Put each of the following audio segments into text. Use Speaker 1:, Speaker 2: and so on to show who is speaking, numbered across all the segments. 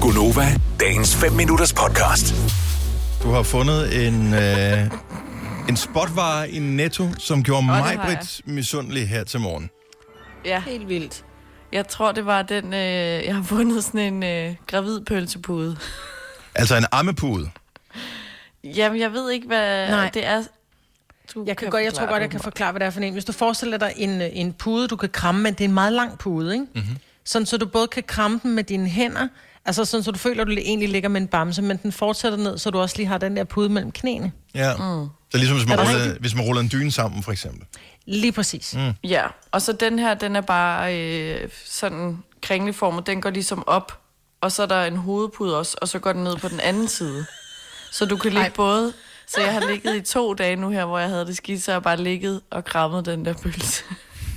Speaker 1: Gunova, dagens 5 minutters podcast.
Speaker 2: Du har fundet en, øh, en spotvare i Netto, som gjorde
Speaker 3: Åh, det
Speaker 2: mig
Speaker 3: har
Speaker 2: Britt misundelig her til morgen.
Speaker 3: Ja,
Speaker 4: Helt vildt.
Speaker 3: jeg tror, det var den, øh, jeg har fundet sådan en øh, gravid pølsepude.
Speaker 2: Altså en ammepude.
Speaker 3: Jamen, jeg ved ikke, hvad
Speaker 4: Nej.
Speaker 3: det er. Du
Speaker 4: Jeg, kan godt, jeg tror
Speaker 3: forklare
Speaker 4: godt,
Speaker 3: det.
Speaker 4: jeg kan forklare, hvad det er for en. Hvis du forestiller dig en, øh, en pude, du kan kramme, men det er en meget lang pude, ikke?
Speaker 5: Mhm.
Speaker 4: Mm-hmm. Sådan, så du både kan kramme den med dine hænder, altså sådan, så du føler, at du egentlig ligger med en bamse, men den fortsætter ned, så du også lige har den der pude mellem knæene.
Speaker 2: Ja. Mm. Så ligesom hvis man,
Speaker 4: Er det
Speaker 2: ruller,
Speaker 4: rigtigt?
Speaker 2: hvis man ruller en dyne sammen, for eksempel.
Speaker 4: Lige præcis. Mm.
Speaker 3: Ja, og så den her, den er bare øh, sådan kringleformet. Den går ligesom op, og så er der en hovedpude også, og så går den ned på den anden side. Så du kan ligge Ej. både... Så jeg har ligget i to dage nu her, hvor jeg havde det skidt, så jeg har bare ligget og krammet den der pølse.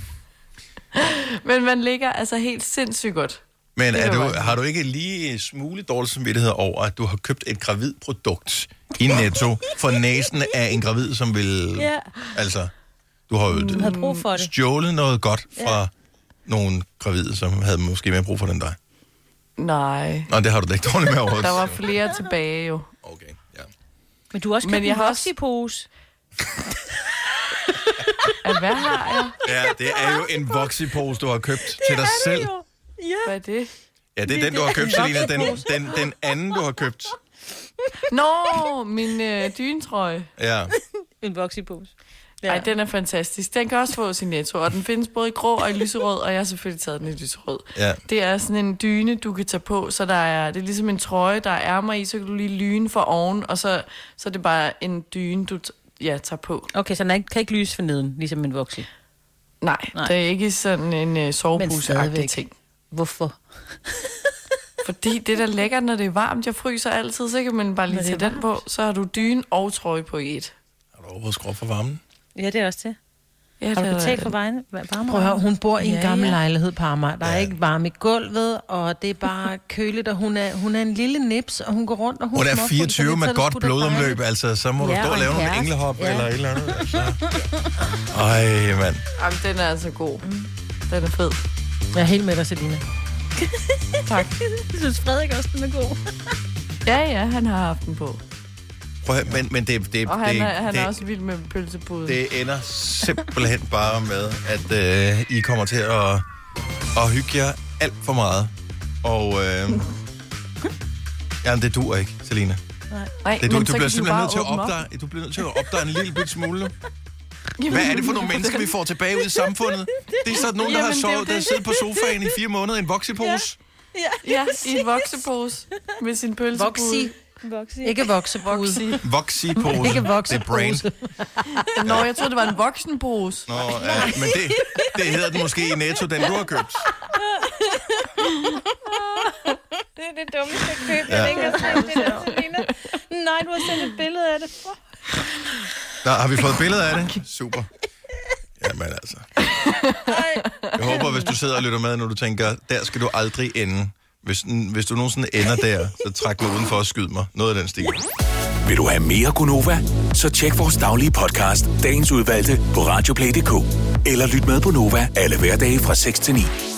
Speaker 3: Men man ligger altså helt sindssygt godt.
Speaker 2: Men
Speaker 3: Det
Speaker 2: er
Speaker 3: var
Speaker 2: du,
Speaker 3: godt.
Speaker 2: har du ikke lige en smule dårlig samvittighed over, at du har købt et gravid produkt i Netto for næsen af en gravid, som vil...
Speaker 4: Ja. Mm.
Speaker 2: Altså, du har jo
Speaker 4: havde brug for det.
Speaker 2: stjålet noget godt fra ja. nogle gravide, som havde måske mere brug for den dig.
Speaker 3: Nej,
Speaker 2: Nå, det har du da ikke dårligt med overhovedet.
Speaker 3: der var flere tilbage jo.
Speaker 2: Okay, ja.
Speaker 5: Mm. Men du har også
Speaker 3: Men
Speaker 5: købt
Speaker 3: jeg
Speaker 5: en
Speaker 3: har også-
Speaker 5: voksipose.
Speaker 3: At, hvad har jeg?
Speaker 2: Ja, det er jo en voksipose, du har købt til dig selv.
Speaker 3: Hvad er det?
Speaker 2: Ja, det er den, du har købt, Selina. Den, den, den anden, du har købt.
Speaker 3: Nå, min øh, dyntrøje.
Speaker 2: Ja.
Speaker 5: En voksipose.
Speaker 3: Ja. Ej, den er fantastisk. Den kan også fås i Netto, og den findes både i grå og i lyserød, og jeg har selvfølgelig taget den i lyserød.
Speaker 2: Ja.
Speaker 3: Det er sådan en dyne, du kan tage på, så der er, det er ligesom en trøje, der er ærmer i, så kan du lige lyne for oven, og så, så er det bare en dyne, du t- ja, tager på.
Speaker 5: Okay, så den er ikke- kan ikke lyse for neden, ligesom en voksi.
Speaker 3: Nej, Nej.
Speaker 5: Nej.
Speaker 3: det er ikke sådan en øh, sovepose
Speaker 5: stadigvæk.
Speaker 3: ting.
Speaker 5: Hvorfor?
Speaker 3: Fordi det der lækkert, når det er varmt, jeg fryser altid, så kan man bare lige tage den på, så har du dyne og trøje på i et.
Speaker 2: Har du overhovedet skrub for varmen?
Speaker 5: Ja, det er også det.
Speaker 3: Ja,
Speaker 5: Har
Speaker 3: det
Speaker 5: du
Speaker 3: er-
Speaker 5: betalt for vejen? Varme
Speaker 4: Prøv at høre, hun bor i en
Speaker 5: Ja,
Speaker 4: gammel
Speaker 5: ja.
Speaker 4: lejlighed på Amager. Der er
Speaker 2: Ja.
Speaker 4: ikke varme i gulvet, og det er bare køligt, og hun er, hun er en lille nips, og hun går rundt, og hun,
Speaker 2: Hun er
Speaker 4: småfryser lidt,
Speaker 2: 24
Speaker 4: så
Speaker 2: med
Speaker 4: det
Speaker 2: godt
Speaker 4: sgu da
Speaker 2: blodomløb, altså. Så må du
Speaker 5: Ja,
Speaker 2: stå og
Speaker 5: og
Speaker 2: lave
Speaker 5: en
Speaker 2: nogle
Speaker 5: kæreste.
Speaker 2: englehop
Speaker 5: Ja.
Speaker 2: eller et eller andet. altså. Ej, mand.
Speaker 3: Jamen, den er altså god. Den er fed.
Speaker 4: dejligt. Jeg er helt med dig, Selina.
Speaker 3: Tak.
Speaker 5: Jeg synes Frederik også, den er god.
Speaker 3: Ja, ja, han har haft den på.
Speaker 2: Prøv, at- men, men det, det, det,
Speaker 3: Og han, er, han er
Speaker 2: det,
Speaker 3: også vild med pølsebud.
Speaker 2: det ender simpelthen bare med, at øh, I kommer til at, at hygge jer alt for meget. Og øh, jamen, det dur ikke, Selina.
Speaker 3: Nej,
Speaker 2: Det, du,
Speaker 3: men
Speaker 2: du
Speaker 3: så
Speaker 2: bliver
Speaker 3: kan de jo
Speaker 2: simpelthen
Speaker 3: bare
Speaker 2: nødt til at
Speaker 3: åbne op.
Speaker 2: opdage, du bliver nødt til at opdage en lille bit smule. nu.
Speaker 3: Jamen,
Speaker 2: Hvad er det for nogle mennesker, vi får tilbage ud i samfundet? Det er sådan nogen, der har
Speaker 3: Jamen, det er jo
Speaker 2: sovet, der
Speaker 3: det.
Speaker 2: sidder på sofaen i fire måneder i en voksepose.
Speaker 3: Ja, i en voksepose med sin pølsebud.
Speaker 4: Voksi.
Speaker 5: Voksi.
Speaker 4: Ikke voksepude.
Speaker 3: Voksi.
Speaker 2: Ja. Voksepose.
Speaker 4: Ikke
Speaker 2: Det er brand.
Speaker 4: voksepose.
Speaker 3: Nå, jeg troede, det var en voksenpose.
Speaker 2: Nå, ja, men det, det hedder den måske i Netto, den du har købt.
Speaker 5: Det er det dummeste køb,
Speaker 2: Ja.
Speaker 5: ikke har set det der, Selina. Nej, du har sendt et billede af det.
Speaker 2: Nå, har vi fået billeder af det? Super. Jamen altså. Jeg håber, hvis du sidder og lytter med, når du tænker, der skal du aldrig ende. Hvis, hvis du nogensinde ender der, så træk mig udenfor og skyd mig. Noget af den stil.
Speaker 1: Vil du have mere Gunova? Så tjek vores daglige podcast, dagens udvalgte, på radioplay.dk. Eller lyt med på Nova alle hverdage fra 6 til 9.